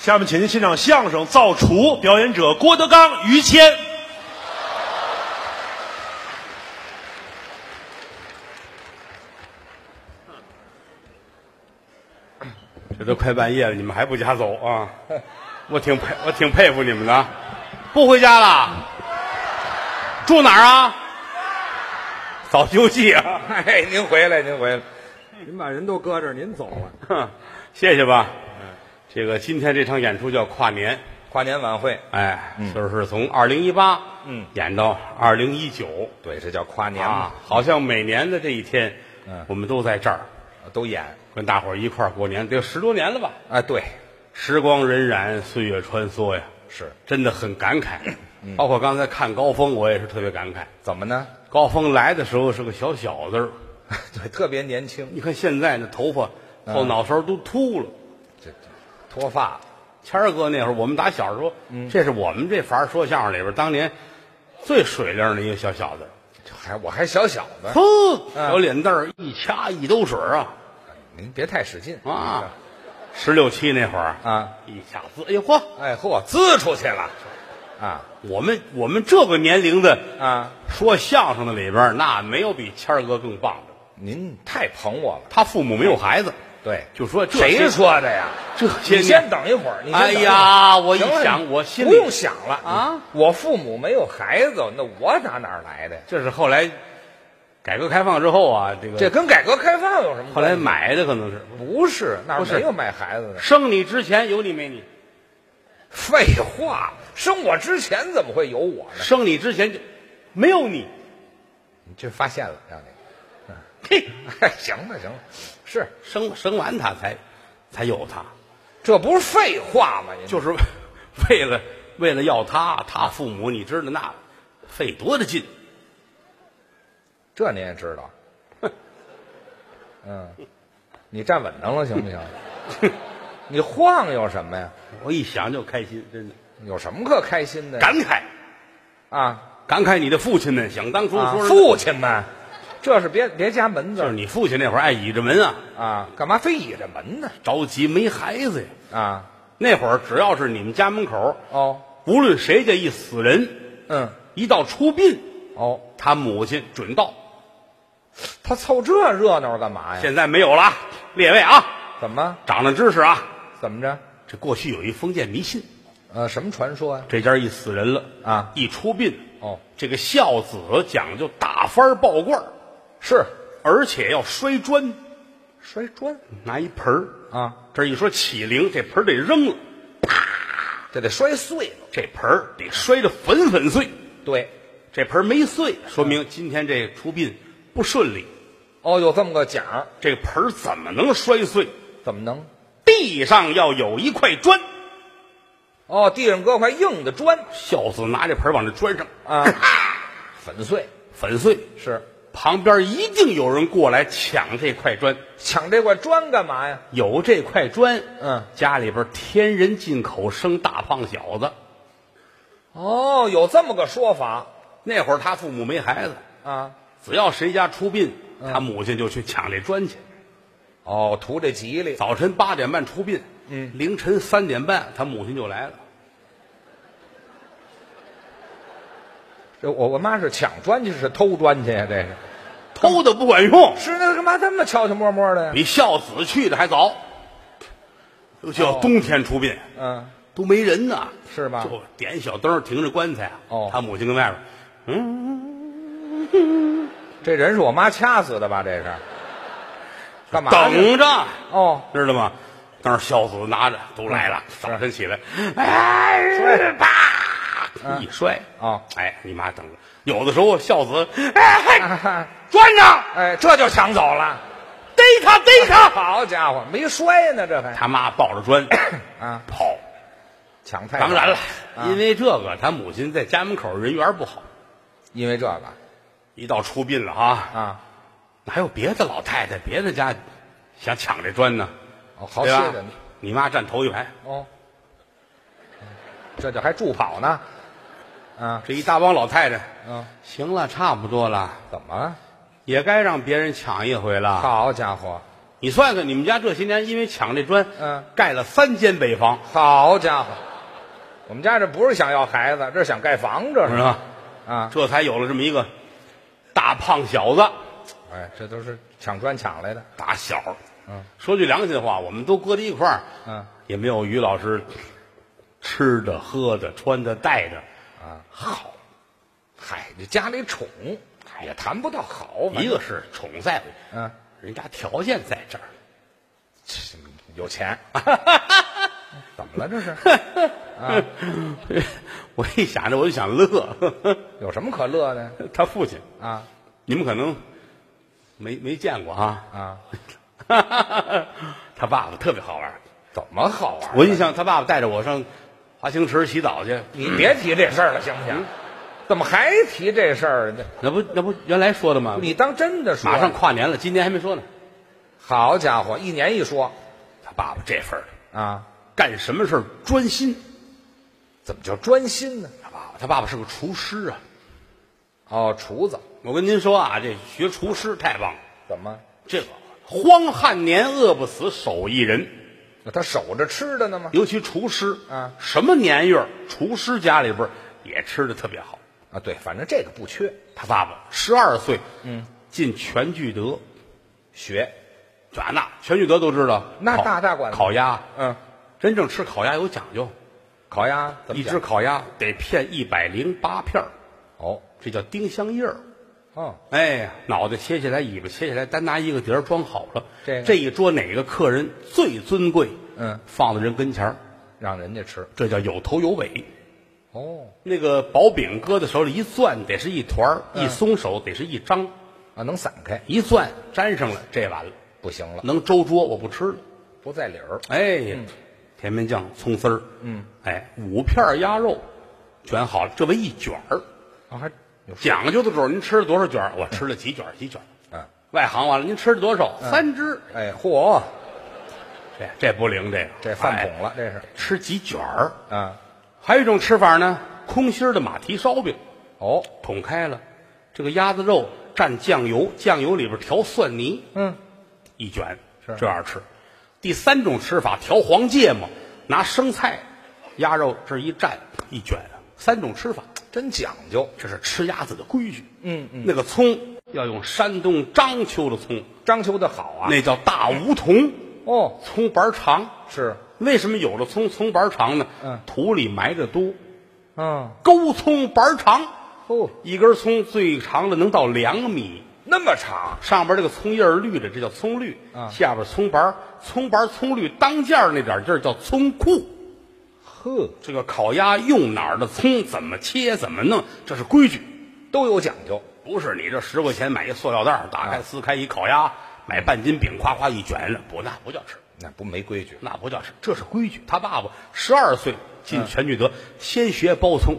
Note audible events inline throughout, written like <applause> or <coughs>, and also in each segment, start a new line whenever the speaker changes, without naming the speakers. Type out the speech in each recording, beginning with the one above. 下面，请您欣赏相声《造厨》，表演者郭德纲、于谦。
<coughs> 这都快半夜了，你们还不家走啊？ <laughs> 我挺佩，我挺佩服你们的啊，不回家了？住哪儿啊？早休息啊！ <laughs>
哎，您回来，您回来，您把人都搁这儿，您走了。
哼 <laughs> 谢谢吧。这个今天这场演出叫跨年，
跨年晚会，
哎，就是从二零一八
嗯
演到二零一九
对，这叫跨年
啊
嘛，，
好像每年的这一天，
嗯
我们都在这儿
都演。
跟大伙儿一块儿过年，得有十多年了吧？
哎，对，
时光荏苒，岁月穿梭呀，
是嗯
真的很感慨。包括刚才看高峰，我也是特别感慨。
怎么呢？ <laughs>
高峰来的时候是个小小子儿，
对，特别年轻，
你看现在那头发
嗯
后脑勺都秃了。
这脱发
谦儿哥那会儿，我们打小时候，
嗯
这是我们这法儿说相声里边儿当年最水灵的一个小小子，
这还我还小小
<laughs>
子，
噗，
嗯
小脸蛋儿一掐一兜水儿啊
您别太使劲
啊！十六七那会儿
啊！
一下子，哎呦嚯！
哎，嚯，滋出去了啊
我们我们这个年龄的
啊！
说相声的里边儿，那没有比谦儿哥更棒的。
您太捧我了。
他父母没有孩子，
对，
就说这些
谁说的呀？
这些
你先等一会儿，你先
哎
等一会儿
呀我一
行了
想
你
我心里
不用想了
啊！
我父母没有孩子，那我打哪儿来的呀？
这是后来改革开放之后啊，这个
这跟改革开放有什么
后来
关系？
买的可能是
不是那
不
儿
是
没有卖孩子的。
生你之前有你没你，
废话，生我之前怎么会有我呢？
生你之前就没有你，
你这发现了，让你。
嘿，
哎，行了行了，是
生生完他才才有他，
这不是废话吗？你
就是 <laughs> 为了为了要他，他父母你知道那费多大劲，
这你也知道。嗯，你站稳当了行不行？你晃悠什么呀？
我一想就开心，真的
有什么可开心的呀？
感慨
啊
感慨你的父亲们，想当初
啊
说！是
父亲们，这是别别加门字
就是
儿
你父亲那会儿爱倚着门啊，
啊，干嘛非倚着门呢？
着急没孩子呀。
啊，
那会儿只要是你们家门口，
哦，
无论谁家一死人，
嗯，
一到出殡，
哦，
他母亲准到。
他凑这热闹干嘛呀？
现在没有了啊，列位啊，
怎么
长了知识啊！
怎么着？
这过去有一封建迷信，
呃，什么传说呀、
这家一死人了
啊
一出殡，
哦，
这个孝子讲究打幡儿抱罐儿，
是
而且要摔砖，
摔砖
拿一盆儿，
啊，
这一说起灵，这盆儿得扔了，
这得摔碎了。
这盆儿得摔得粉粉碎。
对，
这盆儿没碎，说明今天这出殡不顺利。
哦，有这么个讲，
这盆儿怎么能摔碎？
怎么能？
地上要有一块砖，
哦，地上搁块硬的砖
孝子拿这盆儿往这砖上
啊， <laughs> 粉碎
粉碎，
是
旁边一定有人过来抢这块砖。
抢这块砖干嘛呀？
有这块砖，
嗯，
家里边天人进口生大胖小子。
哦，有这么个说法
那会儿他父母没孩子，
啊。
只要谁家出殡，
嗯
他母亲就去抢这砖去。
哦，图这吉利，
早晨八点半出殡，
嗯，
凌晨三点半他母亲就来了。
这我我妈是抢砖去，是偷砖去呀？这是
偷的不管用，
是那干嘛这么悄悄摸摸的呀？
比孝子去的还
哦
早。尤其要冬天出殡，
嗯，
都没人呢，
是吧
就点小灯儿，停着棺材啊。
哦
他母亲跟外边，嗯
这人是我妈掐死的吧？这 <laughs> 是干嘛呢？
等着，
哦，
知道吗？当时孝子拿着都来了，
嗯
早晨起来，哎，啪，一摔
哦
哎，你妈等着。有的时候孝子，哎，砖上
哎，这就抢走了。
逮他逮他，
好家伙，没摔呢，这还
他妈抱着砖
啊
跑。
抢太早
当然了，
啊
因为这个他母亲在家门口人缘不好，
因为这个
一到出殡了啊，
啊，
哪有别的老太太、别的家想抢这砖呢？
哦，好
对
些
吧
人？
你妈站头一排，
哦，这就还助跑呢，啊，
这一大帮老太太，
嗯，
行了，差不多了。
怎么了？
也该让别人抢一回了。
好家伙，
你算算，你们家这些年因为抢这砖，
嗯，
盖了三间北房，
好家伙，我们家这不是想要孩子，这是想盖房，这
是
是
吧？
啊！
这才有了这么一个大胖小子，
哎，这都是抢砖抢来的。
打小。
嗯，
说句良心话，我们都搁在一块儿，
嗯，
也没有于老师吃的、喝的、穿的、戴的
啊，
好。
嗨，你家里宠，哎呀，谈不到好，反正
一个是宠在乎，
嗯，
人家条件在这儿，<laughs>
有钱，怎么了这是？啊
<laughs> 我一想着我就想乐。
有什么可乐的
他父亲，
啊
你们可能没没见过啊。 <laughs>
啊？
他爸爸特别好玩儿，
怎么好玩？啊
我印象他爸爸带着我上华清池洗澡去，
你别提这事儿了，行不
嗯
行？怎么还提这事儿呢？
那不那不原来说的吗？
你当真的说？
马上跨年了，今年还没说呢。
好家伙，一年一说
他爸爸这份儿
啊，
干什么事儿专心。
怎么叫专心呢？
他爸爸他爸爸是个厨师啊，
哦，厨子
我跟您说啊，这学厨师太棒了，
怎么？
这个荒旱年饿不死手艺人，
那他守着吃的呢吗？
尤其厨师
啊
什么年月儿厨师家里边儿也吃的特别好。
啊，对，反正这个不缺，
他爸爸十二岁，嗯，进全聚德，
学
这那全聚德都知道，
那
烤
大大馆子
烤鸭，
嗯，
真正吃烤鸭有讲究，
烤鸭怎么
一
讲
只烤鸭得片一百零八片儿
哦
这叫丁香叶儿。
哦，
哎，脑袋切下来，尾巴切下来，单拿一个碟儿装好了。
这个
一桌哪个客人最尊贵？
嗯，
放到人跟前儿，
让人家吃
这叫有头有尾。
哦
那个薄饼搁在手里一攥，得是一团儿；
嗯
一松手，得是一张。
啊，能散开
一攥粘上了，这完了，
不行了，
能周桌我不吃了。
不在理儿
哎，
嗯
甜面酱、葱丝儿，嗯，哎，五片儿鸭肉卷好了，这为一卷儿。
啊，还有
讲究的时候，您吃了多少卷儿？我吃了几卷儿，几卷儿。
嗯，
外行完了，您吃了多少？三只。
哎，嚯，
这这不灵，这个
这饭
哎
桶了，这是
吃几卷儿。
啊
还有一种吃法呢，空心儿的马蹄烧饼，
哦，
捅开了，这个鸭子肉蘸酱油，酱油里边调蒜泥，
嗯，
一卷
是
这样吃。第三种吃法调黄芥末，拿生菜、鸭肉这一蘸一卷，啊三种吃法，
真讲究，
这是吃鸭子的规矩。
嗯
嗯，那个葱要用山东章丘的葱，
章修的好啊，
那叫大梧桐，
哦
葱白儿长。
是，
为什么有的葱葱白儿长呢？
嗯
土里埋着多，
嗯
沟葱白儿长，
哦，
一根葱最长的能到两米，
那么长
上边这个葱叶儿绿的，这叫葱绿；
啊
下边葱白儿，葱白儿葱绿当间儿那点儿地儿叫葱库。
呵，
这个烤鸭用哪儿的葱，怎么切，怎么弄，这是规矩，
都有讲究，
不是你这十块钱买一塑料袋儿，
啊
打开撕开一烤鸭，买半斤饼，夸夸一卷了，不那不叫吃。
那不没规矩
那不叫事，这是规矩。他爸爸十二岁
嗯
进全聚德，先学包葱，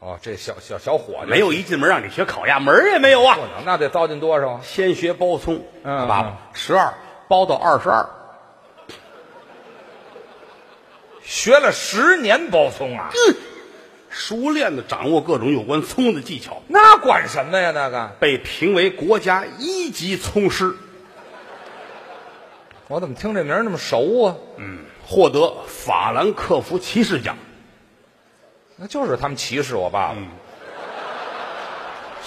哦，这小小小伙子
没有一进门让你学烤鸭，门儿也没有啊
不。能，那得糟践多少啊？
先学包葱，
嗯
他爸爸十二包到二十二，
学了十年包葱啊，
熟练的掌握各种有关葱的技巧，
那管什么呀？那个，
被评为国家一级葱师，
我怎么听这名儿那么熟啊？
获得法兰克福骑士奖。
那就是他们歧视我爸爸，
嗯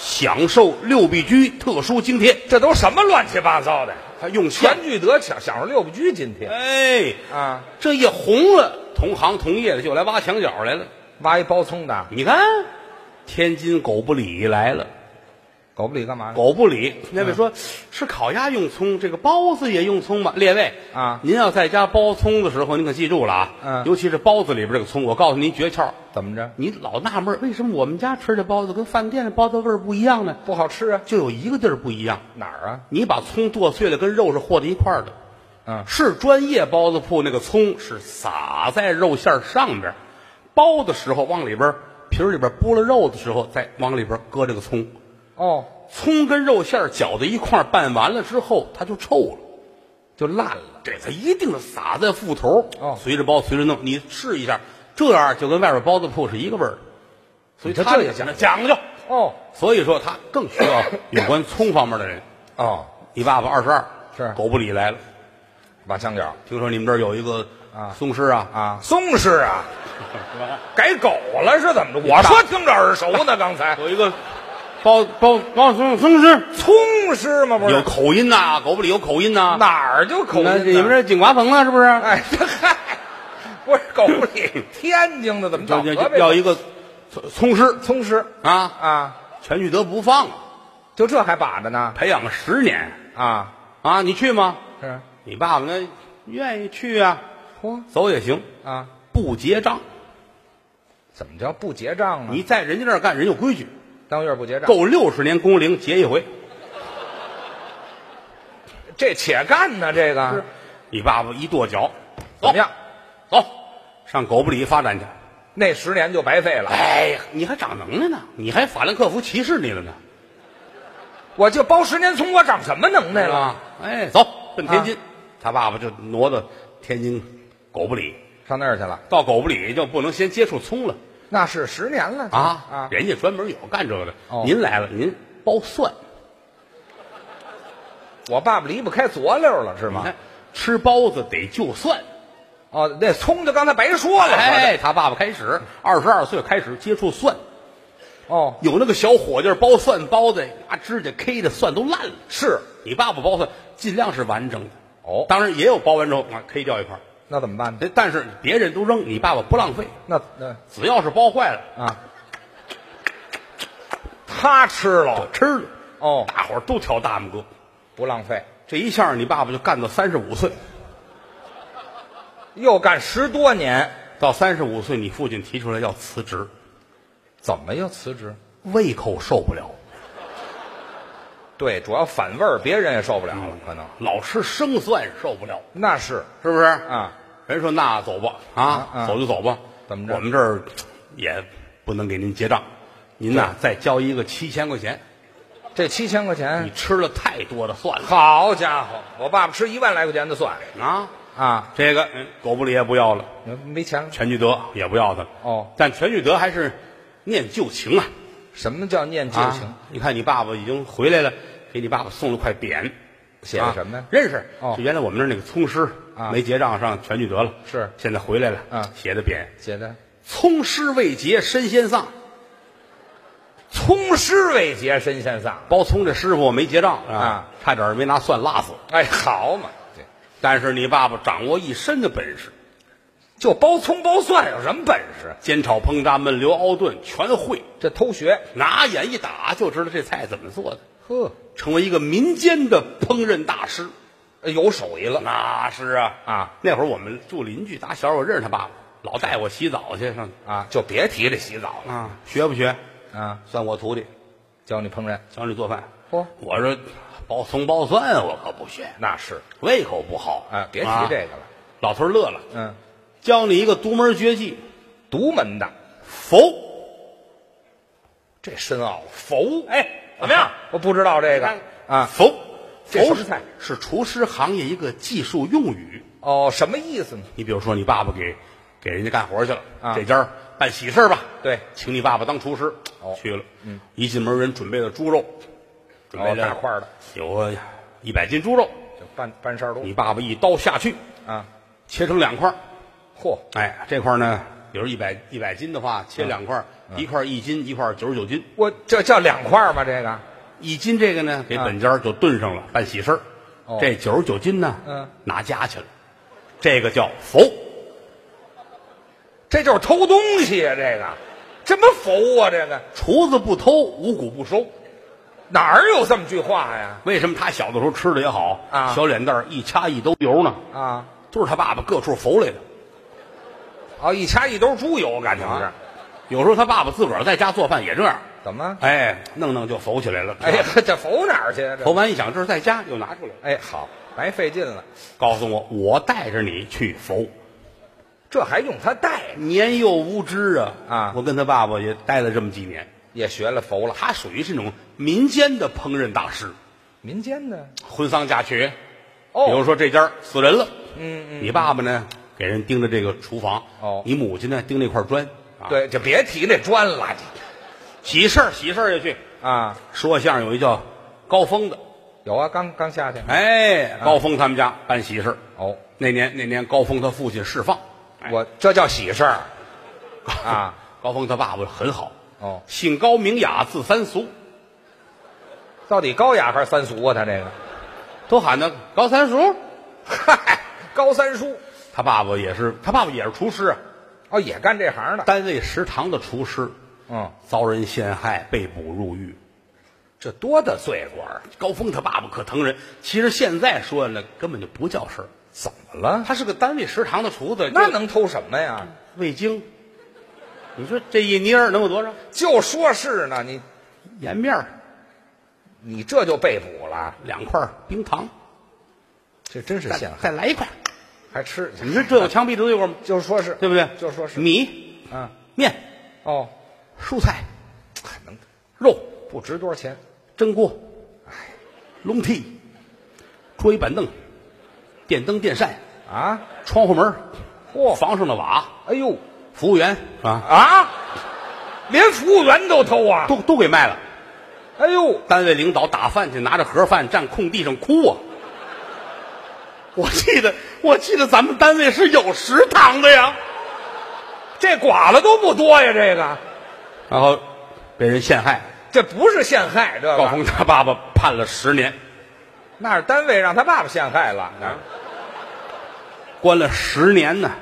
享受六必居特殊津贴，
这都什么乱七八糟的？
他用
全
钱，
聚德享享受六部居津贴
哎，
啊，
这一红了，同行同业的就来挖墙角来了。
挖一包葱的，
你看，天津狗不理来了。
狗不理干嘛呢？
狗不理，那
嗯
位说、是烤鸭用葱，这个包子也用葱吗？列位
啊
您要在家包葱的时候，您可记住了啊，
嗯
尤其是包子里边这个葱，我告诉您诀窍，
怎么着？
你老纳闷儿为什么我们家吃的包子跟饭店的包子味儿不一样呢？
不好吃啊？
就有一个地儿不一样，
哪儿啊？
你把葱剁碎了，跟肉是和在一块儿的。
嗯
是专业包子铺那个葱是撒在肉馅儿上边儿，包的时候往里边儿皮儿里边儿拨了肉的时候，再往里边儿搁这个葱。
哦，
葱跟肉馅儿搅在一块儿拌完了之后，它就臭了。
就烂了。
这它一定是撒在腹头，
哦
随着包随着弄，你试一下，这样就跟外边包子铺是一个味儿的。所以
你这
他
这也
讲究
讲
讲
究
究，
哦
所以说他更需要有关葱方面的人。
哦，
你爸爸二十二，
是
狗不理来了。
往墙角
听说你们这儿有一个
啊
松狮啊
啊，松狮
<laughs>
啊，改狗了是怎么着？我说听着耳熟呢，刚
<laughs>
才
有一个包包包松松狮，
葱狮吗？不
有
是
口音呐、狗不理有口音呐、
哪儿就口音
那
呢？
你们这井瓜棚啊，是不是？
哎，这嗨，不是狗不理，天津的怎么
就
到
<laughs> 就
河
就
北？
要一个葱葱狮
葱狮
啊，
啊，
全聚德不放啊，
就这还把着呢
培养了十年
啊，
啊，你去吗？
是
你爸爸呢？愿意去啊，
嚯
走也行，
啊，
不结账。
怎么叫不结账呢？
你在人家那儿干，人有规矩，
当月不结账，
够六十年工龄结一回。
这且干呢？这个
你爸爸一跺脚，
怎么样？
走，上狗不理发展去。
那十年就白费了。
哎呀，你还长能耐呢，你还法兰克福歧视你了呢，
我就包十年葱，我长什么能耐
是
了？
吧？哎，走，奔天津。
啊
他爸爸就挪到天津狗不理，
上那儿去了，
到狗不理就不能先接触葱了
那是十年了
啊
啊！
人家专门有干这个的。
哦
您来了，您包蒜
我爸爸离不开佐料了，是
你
吗？
看，吃包子得就蒜。
哦，那葱就刚才白说了，
哎，他爸爸开始二十二岁开始接触蒜，
合着哦，
有那个小伙计儿包蒜包的，拿指甲 K 的蒜都烂了。
是
你爸爸包蒜尽量是完整的，
哦
当然也有包完之后啊 K 掉一块儿，
那怎么办呢？
哎但是别人都扔，你爸爸不浪费，
那那
只要是包坏了
啊，他吃了
吃了，
哦，
大伙儿都挑大拇哥。
不浪费，
这一下你爸爸就干到三十五岁，
又干十多年，
到三十五岁你父亲提出来要辞职，
怎么又辞职？
胃口受不了，
对，主要反味儿，别人也受不了了，嗯
嗯
可能
老吃生蒜受不了，
那是
是不是？啊
啊，
人说那走吧，啊，
嗯嗯
走就走吧。
怎么着
我们这儿也不能给您结账，您呐再交一个七千块钱。
这七千块
你
钱，
吃了太多的蒜了
好家伙，我爸爸吃一万来块钱的蒜
啊！
啊，
这个嗯狗不理也不要了，
没钱了。
全聚德也不要他了。
哦，
但全聚德还是念旧情啊，
什么叫念旧
啊
情？
你看你爸爸已经回来了，给你爸爸送了块匾，
写的什么呀
啊？认识
哦
就原来我们这儿那个葱师
啊
没结账上全聚德了，
是
现在回来了，
嗯
写的匾
写的
葱师未结身先丧。
葱师未捷身先丧。
包葱这师傅我没结账
啊，
差点没拿蒜辣死。
哎，好嘛，对，
但是你爸爸掌握一身的本事，
就包葱包蒜有什么本事？
煎炒烹炸焖溜熬炖全会，
这偷学，
拿眼一打就知道这菜怎么做的，
呵，
成为一个民间的烹饪大师。
有手艺了。
那是啊
啊！
那会儿我们住邻居，打小我认识他爸爸，老带我洗澡去上
啊，就别提这洗澡了
啊，学不学？
啊！
算我徒弟，
教你烹饪，
教你做饭。
嚯
我说包葱包蒜我可不学，
那是
胃口不好
啊，别提
啊
这个了。
老头儿乐了，
嗯，
教你一个独门绝技，
独门的，
佛。
这深奥了。
佛，哎，怎么样？
我不知道这个啊，
佛，
这
佛
什么菜
是厨师行业一个技术用语。
哦，什么意思呢？
你比如说，你爸爸给给人家干活去了，
啊
这家儿办喜事儿吧，
对
请你爸爸当厨师，
哦
去了，一进门人准备了猪肉，准备
哦
了
大块儿的，
有一百斤猪肉，
就半半扇儿多
你爸爸一刀下去，
啊，
切成两块儿，
嚯，
哎，这块儿呢，比如一百一百斤的话，切
嗯
两块儿，一块儿一斤，一块儿九十九斤，
我这叫两块儿吗？这个
一斤这个呢，给
啊
本家儿就炖上了，办喜事儿。
哦
这九十九斤呢，
嗯，
拿家去了，这个叫佛。
这就是偷东西啊！这个这么佛啊！这个
厨子不偷，五谷不收。
哪儿有这么句话呀？
为什么他小的时候吃的也好
啊
小脸蛋儿一掐一兜油呢，
啊，
都是他爸爸各处佛来的。
哦，一掐一兜猪油，感情是
啊有时候他爸爸自个儿在家做饭也这样，
怎么？
哎，弄弄就佛起来了。
哎呀，这佛哪儿去啊？
佛
这
完一想，这是在家，又拿出来了，
哎，好，白费劲了，
告诉我，我带着你去佛。
这还用他带？
年幼无知啊
啊
我跟他爸爸也待了这么几年，
也学了佛了，
他属于是那种民间的烹饪大师，
民间的
婚丧嫁娶。
哦
比如说这家儿死人了，
嗯嗯，
你爸爸呢给人盯着这个厨房，
哦
你母亲呢盯那块砖。啊，
对，就别提那砖了
喜事儿喜事儿也去。
啊，
说相声有一叫高峰的，
有啊，刚刚夏天。啊
哎，高峰他们家办喜事儿
哦，
那年那年高峰他父亲释放，
我这叫喜事儿啊。
<laughs> 高峰他爸爸很好，
哦，
姓高名雅，字三俗，
到底高雅还是三俗啊？他这个，
都喊他高三叔。
嗨，高三叔
他爸爸也是，他爸爸也是厨师啊，
哦，也干这行的。
单位食堂的厨师，
嗯，
遭人陷害，被捕入狱。
这多大罪过啊？
高峰他爸爸可疼人，其实现在说来根本就不叫事儿。
怎么了？
他是个单位食堂的厨子，
<laughs> 那
就
能偷什么呀？
味精，你说这一捏儿能有多少？
就说是呢，你
盐面儿
你这就被捕了，
两块儿，冰糖，
这真是
再
陷害，
再来一块儿。
还吃去？
你说这有枪毙的罪过吗？
就说是
对不对？
就说是
米、
啊，
面、
哦，
蔬菜、
能
肉、
不值多少钱？
蒸锅、笼屉、桌椅板凳、电灯电扇、
啊，
窗户门儿、
嚯、
房上的瓦、
哎呦
服务员哦啊，
啊，连服务员都偷啊！
都都给卖了。
哎呦，
单位领导打饭去，拿着盒饭站空地上哭啊！ <laughs> 我记得，我记得咱们单位是有食堂的呀。
这剐了都不多呀，这个
然后被人陷害，
这不是陷害，这
高
个
峰他爸爸判了十年，
那是单位让他爸爸陷害了，啊、
关了十年呢，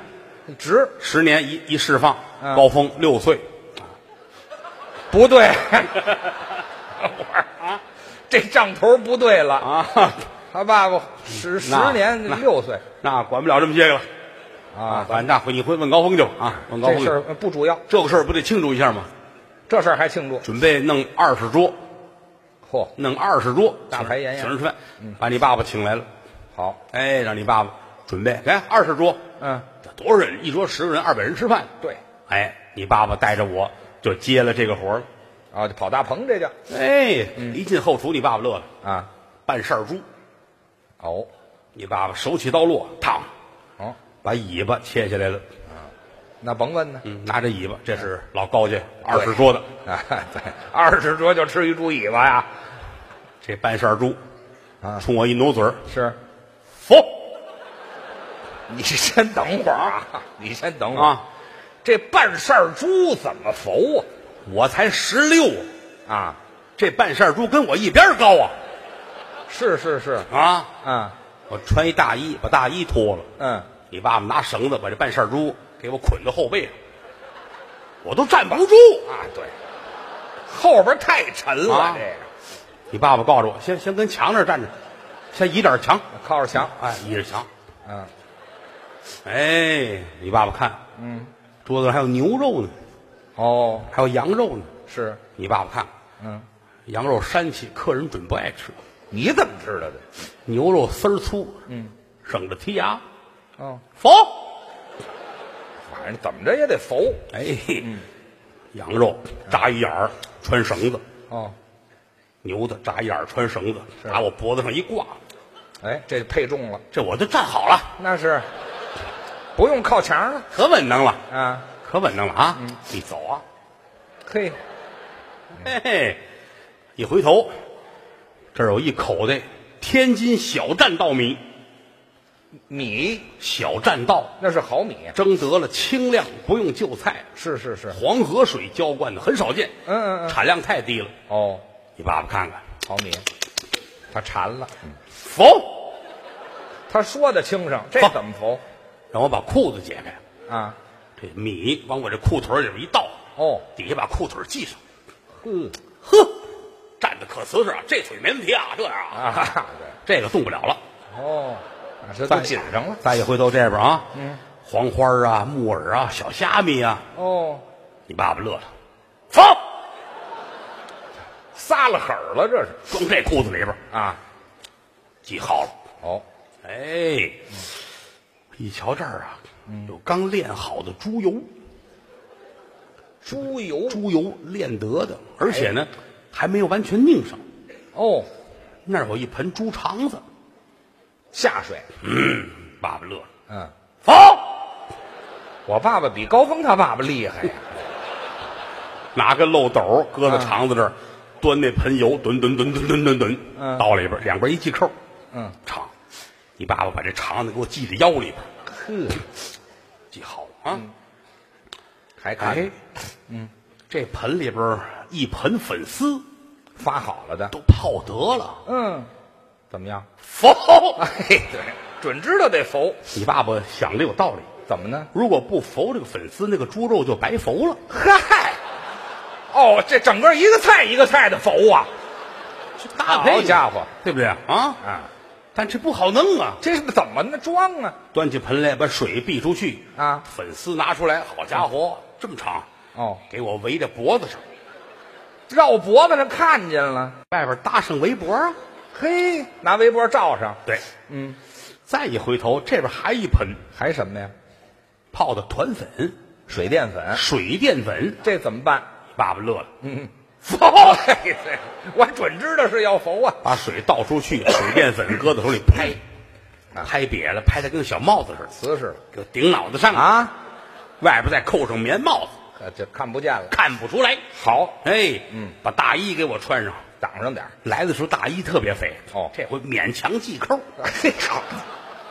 嗯值
十年一一释放，
嗯
高峰六岁，
不对， <laughs> 啊，这账头不对了
啊！
他爸爸十十
那
年
那
六岁
<laughs> 那管不了这么些个了
啊，
反正那回你回问高峰去吧啊，问高
这
峰
事
去
儿呃不主要，
这个事儿不得庆祝一下吗？
这事儿还庆祝。
准备弄二十桌，
嚯，
弄二十桌，
大排宴呀嗯
请人吃饭，把你爸爸请来了。
好，
哎，让你爸爸准备来二十桌，
嗯，
这多少人？一桌十个人，二百人吃饭。
对，
哎，你爸爸带着我就接了这个活儿了。
啊，就跑大棚这叫
哎，
嗯
一进后厨，你爸爸乐了，
啊，
拌扇儿猪。
哦，
你爸爸手起刀落，烫，
哦，
把尾巴切下来了。
那甭问呢
嗯，拿着尾巴，这是老高家二十桌的
啊， <laughs> 对，二十桌就吃一猪尾巴呀，
这拌扇儿猪，
啊
冲我一努嘴儿，
是。
服
你先等会儿啊，你先等会儿。
啊！
这半扇儿猪怎么浮
我才十六，
啊？啊，
这拌扇儿猪跟我一边儿高啊
是是是，
啊！
啊，
我穿一大衣，把大衣脱了。
嗯，
你爸爸拿绳子把这半扇猪给我捆到后背上，我都站不住。
啊对，后边太沉了，
啊
这
你爸爸告诉我，先先跟墙那儿站着，先倚点墙，
个靠着墙，
哎，倚着墙，
嗯，
哎，你爸爸看，
嗯，
桌子上还有牛肉呢，
哦，
还有羊肉呢。
是，
你爸爸看，
嗯，
羊肉膻气，客人准不爱吃；
你怎么知道的？
牛肉丝儿粗，嗯，省着剔牙，
哦，
否？
反正怎么着也得浮，
哎，羊肉扎一眼儿，穿绳子；
哦，
牛的扎一眼儿，穿绳子，
是
把我脖子上一挂，
哎，这配重了，
这我就站好了。
那是不用靠墙了
可稳当了，
啊，
可稳当了啊！
嗯
你走啊，
嘿，
嘿嘿，一回头，这儿有一口袋天津小站稻米，
米
小站稻
那是毫米，
征得了清亮，不用就菜，
是是是，
黄河水浇灌的，很少见，
嗯嗯嗯，
产量太低了。
哦，
你爸爸看看，
毫米，他馋了。
否，
他说的轻声，这
好
怎么服
让我把裤子解开，
啊？
这米往我这裤腿里边一倒，
哦，
底下把裤腿系上，
呵
呵，站的可瓷实啊，这腿没问题啊，这样啊，
啊，对，
这个动不了了。
哦，啊这都紧上了。
再一回头这边啊，嗯，黄花啊、木耳啊、小虾米啊，
哦，
你爸爸乐了，放
撒了狠儿了，这是
装这裤子里边儿，
啊。
系好了。
哦，
哎，一瞧这儿啊，有刚炼好的猪油，
猪油
猪油炼得的，而且呢还没有完全拧上。
哦，
那儿有一盆猪肠子，
下水。
爸爸乐了，
嗯，
放
我爸爸比高峰他爸爸厉害呀。嗯
拿个漏斗搁在肠子这儿，端那盆油，吨吨吨吨吨吨吨，
嗯
倒里边，两边一系扣，
嗯，
肠。你爸爸把这肠子给我系在腰里边，
呵，
系好了
嗯
啊。
还看、
哎，嗯，这盆里边儿一盆粉丝
发好了的，
都泡得了，
嗯，怎么样？ <laughs>
佛。
哎，对，准知道得佛，
你爸爸想的有道理，
怎么呢？
如果不佛这个粉丝，那个猪肉就白佛了。
嗨，哦，这整个一个菜一个菜的佛啊，
搭
好
配
家伙
对不对啊？
啊，
但这不好弄啊！
这是怎么呢装啊？
端起盆来，把水避出去
啊嗯
粉丝拿出来，好家伙，这么长，
哦，
给我围在脖子上，
绕脖子上看见了，
外边搭上围脖啊。
嘿，拿围脖罩上，
对，
嗯，
再一回头，这边还一盆
还什么呀？
泡的团粉、
水淀粉，
水淀粉，
这怎么办？
爸爸乐了，
嗯，
<laughs> 佛，
哎对，我准知道是要佛啊，
把水倒出去，水淀粉搁在手里拍，
啊
拍瘪了，拍的跟小帽子似的，
瓷实
给我顶脑袋上，
啊，
外边再扣上棉帽子，
呃这看不见了，
看不出来。
好，
哎，
嗯，
把大衣给我穿上。
挡上点儿，
来的时候大衣特别肥，
哦
这回勉强系扣，
嘿，好，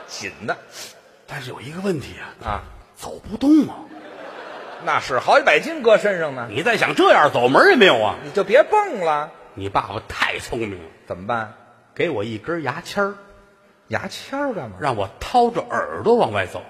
紧的
<laughs> 但是有一个问题啊，
啊，
走不动啊！
那是好几百斤搁身上呢，
你再想这样走门儿也没有啊！
你就别蹦了，
你爸爸太聪明了，
怎么办？
给我一根牙签儿，
牙签儿干嘛？
让我掏着耳朵往外走。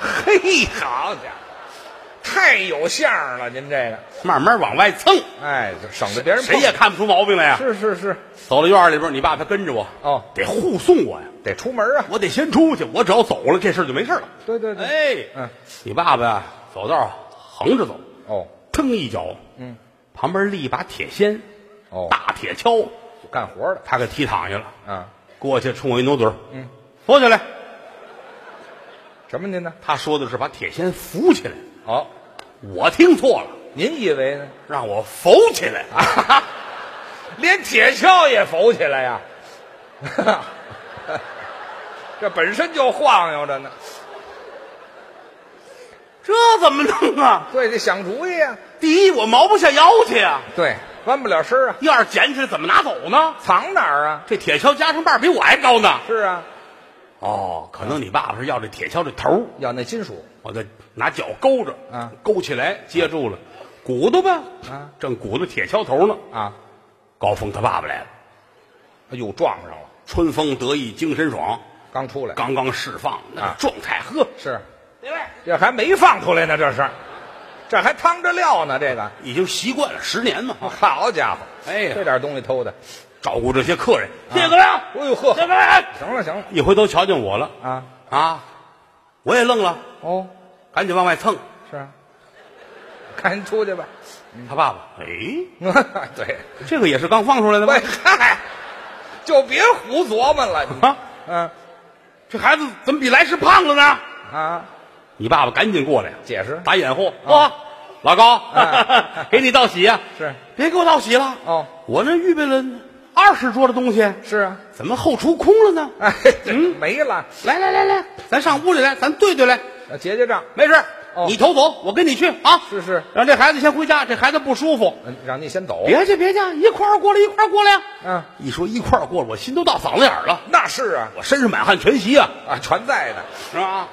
嘿，好家伙，太有相儿了，您这个，
慢慢往外蹭，
哎，就省得别人
谁也看不出毛病来呀。
是是是，
走到院儿里边，你爸爸跟着我，
哦，
得护送我呀，
得出门啊，
我得先出去，我只要走了，这事儿就没事了。
对对对，
哎，
嗯，
你爸爸呀，走道啊横着走，
哦，
腾一脚，
嗯，
旁边立一把铁锨，
哦
大铁锹，
干活的，
他给踢躺下了。
啊，
过去冲我一努嘴，
嗯，
扶起来。
什么您呢？
他说的是把铁锨扶起来，
哦，
我听错了，
您以为呢？
让我扶起来。 <laughs>
啊，连铁锹也浮起来呀、 <laughs> 这本身就晃悠着呢，
这怎么弄啊？
对，得想主意啊，
第一，我毛不下腰去呀、
对，弯不了身啊，
第二，捡起来怎么拿走呢？
藏哪儿啊？
这铁锹加上把儿比我还高呢。
是啊，
哦，可能你爸爸是要这铁锹这头儿，
要那金属，
我再拿脚勾着，
啊，
勾起来接住了，鼓捣吧，
啊，
正鼓捣铁锹头呢。
啊，
高峰他爸爸来了，
哎呦，撞上了，
春风得意精神爽，
刚出来，
刚刚释放，那
啊
个状态呵，
是，
那位
这还没放出来呢，这是，这还趟着料呢，这个，
已经习惯了十年嘛，哈
好家伙，
哎呀
这点东西偷的，
照顾这些客人。谢谢各位啊，
哎呦呵
谢谢各位啊，
行了行了
一回头瞧见我了
啊，
啊，我也愣了，
哦，
赶紧往外蹭。
是啊，赶紧出去吧， <laughs>
嗯他爸爸，哎，
对。
这个也是刚放出来的吗
<laughs> 喂，？嗨，就别胡琢磨了。 <laughs> 你
啊，
嗯
这孩子怎么比来时胖了呢？
啊，
你爸爸赶紧过来
解释
打掩护。哇，老高
哎，
<laughs> 给你道喜呀！
是
别给我道喜了
哦，
我这预备了二十桌的东西，
是啊，
怎么后厨空了呢？
哎，这
嗯
<laughs> 没了，
来来来来，咱上屋里来，咱对对来。
呃结结账，
没事儿，
哦
你头走，我跟你去啊。
是是
让这孩子先回家，这孩子不舒服。
嗯让你先走。
别去别去，一块儿过来，一块儿过来呀。
嗯，
一说一块儿过来，我心都到嗓子眼儿了，
那是啊，
我身上满汉全席啊，
啊，全在呢。
是吧？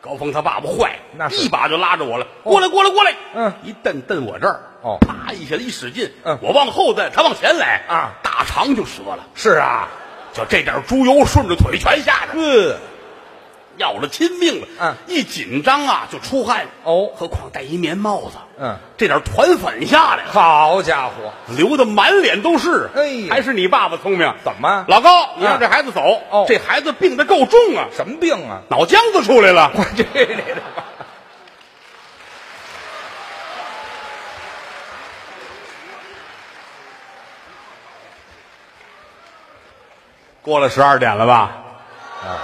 高峰他爸爸坏了，
那是哦
一把就拉着我了，过来过来过来，
嗯
一蹬蹬我这儿，
哦
啪一下子一使劲，
嗯
我往后蹬，他往前来
啊
大肠就折了，
是啊，
就这点猪油顺着腿全下去了，
嗯，
要了亲命了，
嗯
一紧张啊就出汗，
哦
何况戴一棉帽子，
嗯，
这点团粉下来，
好家伙，
流的满脸都是，
哎呀
还是你爸爸聪明，
怎么
老高，你
啊
让这孩子走，
哦
这孩子病得够重啊，
什么病 <laughs> 啊？
脑浆子出来了，
这这这，
过了十二点了吧？
啊，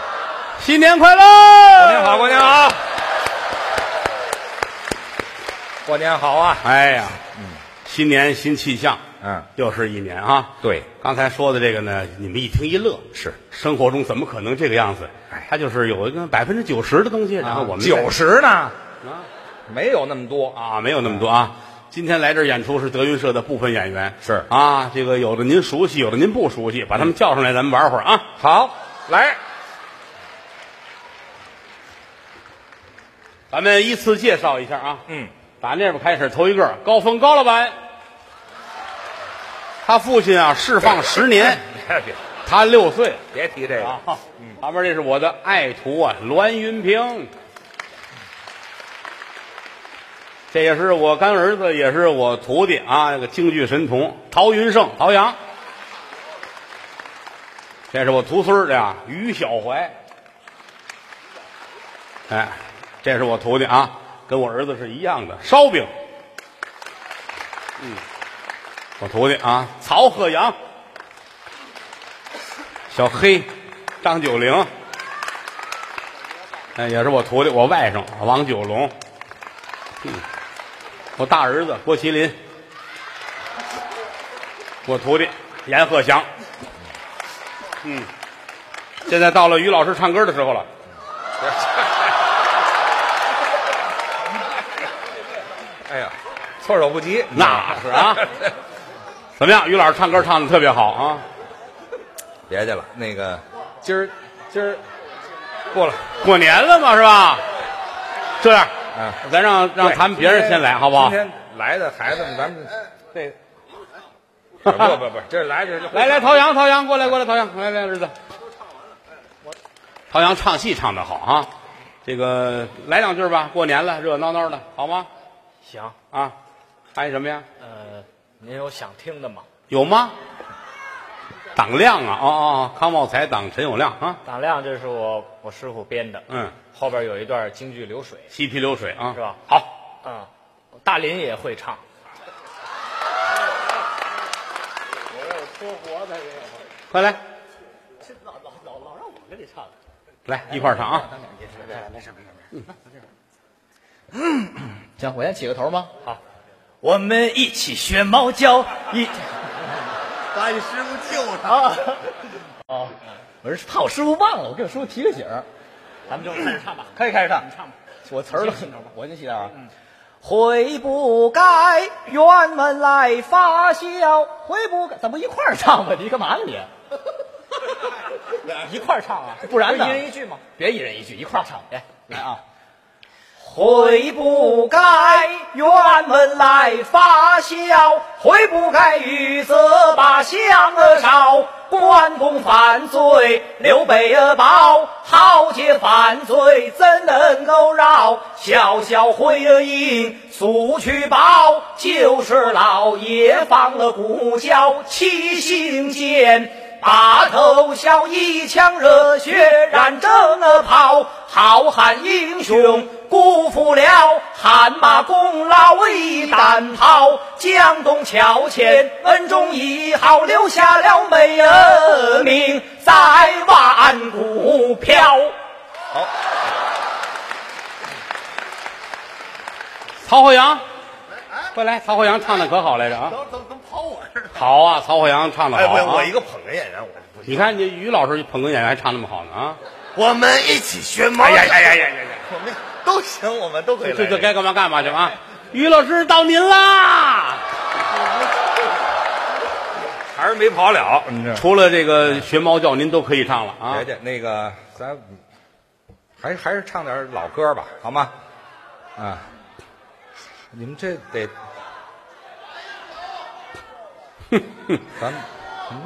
新年快乐！
过
过
年好，过年！好，过年好啊！
哎呀，新年新气象，
嗯，
又是一年啊。
对，
刚才说的这个呢，你们一听一乐，
是
生活中怎么可能这个样子？
哎
它就是有一个百分之九十的东西，然后我们
啊九
十
十呢，
啊
没有那么多啊。
啊，没有那么多啊。今天来这儿演出是德云社的部分演员，
是
啊，这个有的您熟悉，有的您不熟悉，把他们叫上来，咱们玩会儿啊。
好，来，
咱们依次介绍一下啊，
嗯，
打那边开始，头一个高峰高老板，他父亲啊释放十年，
别别
他六岁
<laughs> 别提这个，
啊。旁边这是我的爱徒啊，栾云平，这也是我干儿子，也是我徒弟啊，那个京剧神童陶云胜、陶阳。这是我徒孙儿，这样于小怀。哎，这是我徒弟啊，跟我儿子是一样的烧饼。嗯，我徒弟啊，曹鹤阳，小黑，张九龄，哎，也是我徒弟，我外甥王九龙，嗯，嗯我大儿子郭麒麟，我徒弟阎鹤祥，嗯，现在到了于老师唱歌的时候了。
哎呀，措手不及，
那是啊，怎么样？于老师唱歌唱的特别好啊！
<laughs> 别去了，那个今儿今儿过了，
过年了嘛，是吧？这样，
嗯
咱让让
对
咱们别人
今天
先来，好不好
今？天来的孩子们，咱们
<laughs>
这不不不，这来这
来来，陶阳，陶阳，过来过来，陶阳，来来，儿子。陶阳唱戏唱的好啊，这个来两句吧，过年了，热热闹闹的，好吗？
行，
啊，看什么呀？
呃，您有想听的吗？
有吗？党亮啊，哦哦，康茂才党陈友谅啊，
党亮，这是我我师傅编的，
嗯，
后边有一段京剧《流水
嬉皮流水啊，》，
是吧？
好，
嗯，大林也会唱，
快来。老老老老让我跟你唱，来一块儿唱啊！
行，我先起个头吗？好，
我们一起学猫叫，一
把你师傅救上。
啊，哦，我是怕我师傅忘了，我给我师傅提个醒儿
咱们就开始唱吧。
可以开始唱，唱吧，我词儿都，我先起点儿啊。
嗯
悔不该，辕门来发笑。悔不该，咱不一块儿唱吧？你干嘛呢你？
<laughs>
一块儿唱啊，不然呢？一人一句吗？别一人一句，一块儿唱。来来啊！悔不该，辕门来发笑；悔不该，玉子把香儿烧。关公犯罪，刘备儿报；豪杰犯罪，怎能够饶？小小灰儿影，速去报。就是老爷放了骨胶，七星剑。把头笑，一腔热血染正了袍，浩瀚英雄辜负了汗马功劳一胆抛。江东桥前恩重义好，留下了美儿名在万古飘。
曹鹤阳，快来！曹鹤阳唱的可好来着啊！
等等等，跑我这儿！
好啊，曹鹤阳唱的
哎，
好、啊
哦
我我一个捧哏演员，我就不行。
你看这于老师捧哏演员还唱那么好呢啊！
我们一起学猫。
哎呀呀呀呀呀呀！
我们都行，我们都可以来。
这这该干嘛干嘛去啊！于老师到您啦！
还是没跑了，你这
除了这个学猫叫，您都可以唱了啊
别！介，那个咱还还是唱点老歌吧，好吗？啊，你们这
<laughs>
得，咱们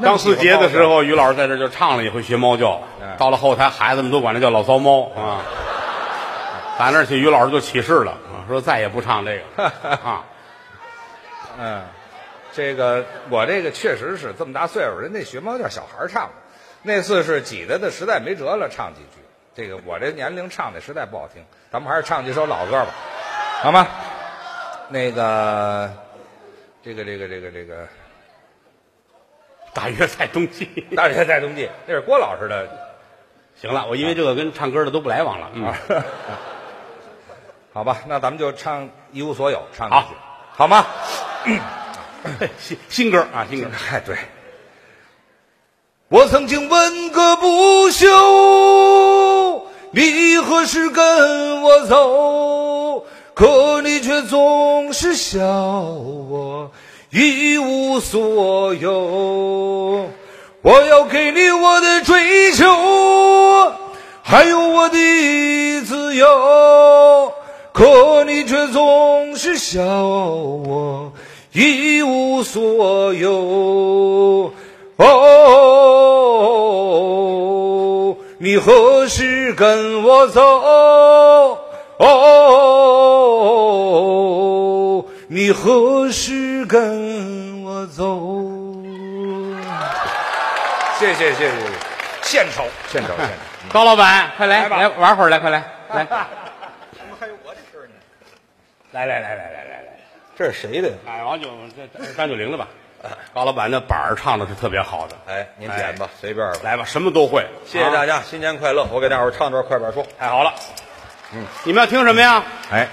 张四杰的时，候，于老师在这就唱了一回学猫叫
哎，
到了后台，孩子们都管这叫老骚猫
<laughs>
啊。打那儿去，于老师就起誓了，啊说再也不唱这
<laughs>
个啊。
嗯，这个我这个确实是这么大岁数，人那学猫叫小孩儿唱的，那次是挤得的实在没辙了，唱几句。这个我这年龄唱的实在不好听，咱们还是唱几首老歌吧，好吗？那个，这个这个这个这个，
大约在冬季。
<laughs>
<laughs> 大人在冬季，那是郭老师的
行了，我因为这个跟唱歌的都不来往了。嗯，
好吧，那咱们就唱《一无所有》，唱
好
几句，好吗？ <laughs>
新 <laughs> 新歌啊，新歌。
哎，对，我曾经问个不休，你何时跟我走？
可你却总是笑我一无所有。我要给你我的追求，还有我的自由，可你却总是笑我一无所有。哦，你何时跟我走？哦，你何时跟我走？谢谢谢谢，献丑献
<laughs>
丑献丑，
高老板，快来
来吧
来玩会儿来，快来来，
<laughs> 来来来来来来来，这是谁的？
哎，王九这张九龄的吧？ <laughs> 高老板那板儿唱的是特别好的，
哎，您点吧，随便吧。
来吧，什么都会。
谢谢大家，新年快乐！我给大伙儿唱段快板说。
太好了，嗯，你们要听什么呀？
哎，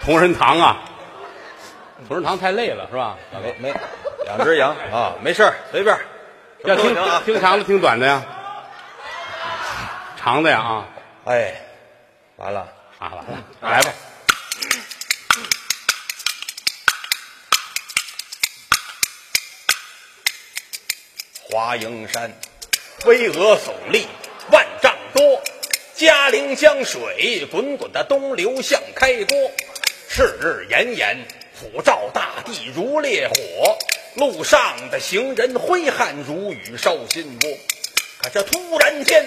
同仁堂啊，同仁堂太累了是 <laughs> 吧？
没没，两只羊啊，没事儿，随便儿。
要
什么
听
都行啊。
听长的听短的呀，长的呀啊，
哎，完了，
啊完了，来吧，
华蓥山，巍峨耸立，万丈多。嘉陵江水滚滚的东流向开锅，赤日炎炎，普照大地如烈火。路上的行人挥汗如雨烧心窝。可这突然间，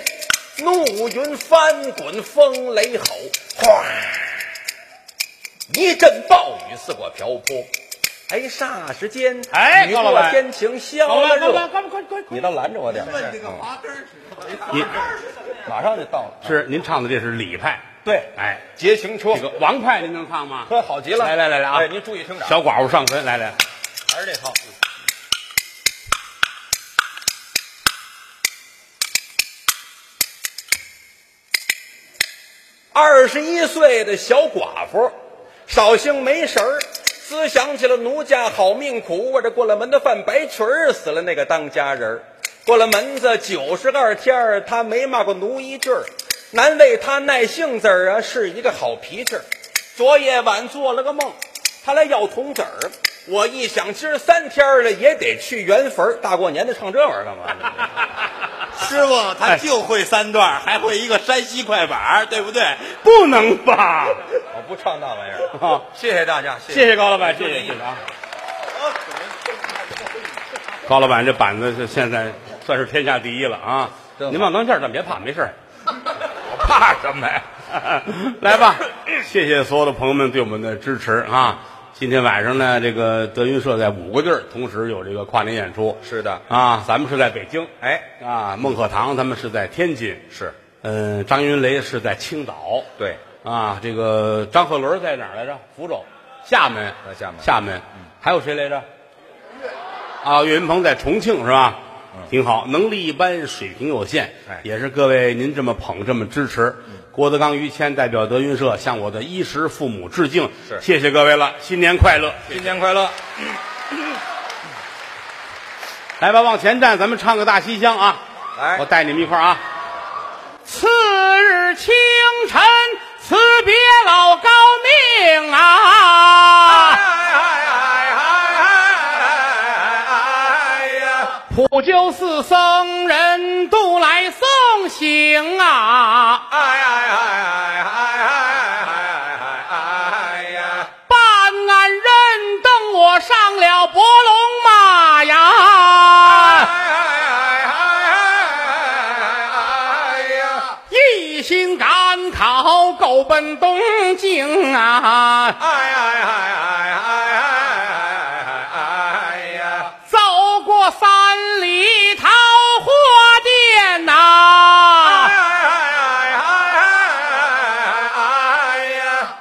怒云翻滚，风雷吼，哗！一阵暴雨似过瓢泼。哎，霎时间，
哎
雨
高老
过
板
天晴，
高
消
哎老
了
板高
热
老。板快快快快，
你倒拦着我点儿，
您
马上就到了。
是您唱的这是李派，
对，
哎，
捷行车
这，个王派您能唱 <laughs> 吗？
呵，好极了。
来来来来啊
哎，您注意听着，
小寡妇上坟，来来，
还是这套。二十一岁的小寡妇，少兴没神儿，思想起了奴家好命苦，我这过了门的范白裙儿死了那个当家人儿。过了门子九十二天儿，他没骂过奴一句儿，难为他耐性子儿啊，是一个好脾气儿。昨夜晚做了个梦，他来要铜子儿，我一想今儿三天儿了也得去圆坟儿，大过年的唱这玩意儿干嘛？
<laughs>
哎
师傅，他就会三段，还会一个山西快板，对不对？
不能
<laughs>
吧？
我不唱那玩意儿。
啊，
谢谢大家，谢
谢谢高老板，谢谢谢谢啊。高老板这板子是现在算是天下第一了啊！您往当劲儿上，别怕，没事儿。
我怕什么呀？
<laughs> 来吧，谢谢所有的朋友们对我们的支持啊！今天晚上呢，这个德云社在五个地儿同时有这个跨年演出。
是的
啊，咱们是在北京，
哎，
啊，孟鹤堂他们是在天津，
是
嗯，张云雷是在青岛，
对，
啊，这个张鹤伦在哪儿来着？福州、厦门，
在厦门嗯
厦门，还有谁来着？啊，岳云鹏在重庆是吧？挺好，能力一般，水平有限，
嗯哎嗯
也是各位您这么捧，这么支持。郭德纲、于谦代表德云社向我的衣食父母致敬，
是
谢谢各位了，新年快乐！
新年快乐。
来吧，往前站，咱们唱个《大西厢》啊！
来
我带你们一块儿啊。次日清晨，辞别老高命啊！普救寺僧人渡来送行啊！办案人等我上了博龙马呀！一心赶考，狗奔东京啊！走过三里桃花店呐、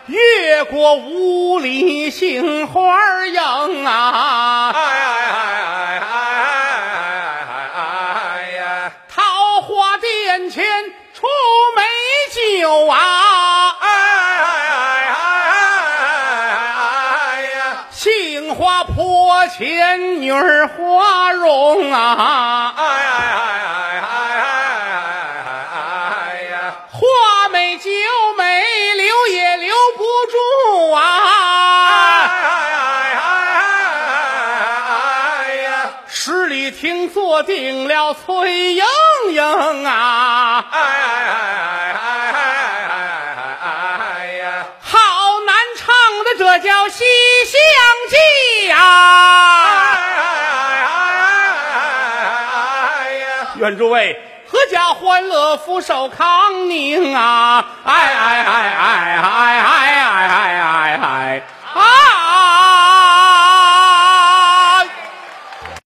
越过五里杏花营啊，桃花殿前出美酒啊，杏花坡前女儿花容啊，花美酒美留也留不住啊
啊
我定了崔莺莺啊，
哎哎哎哎哎哎哎哎哎呀！
好难唱的这叫《西厢记》啊！愿诸位阖家欢乐，福寿康宁啊！哎哎哎哎哎哎！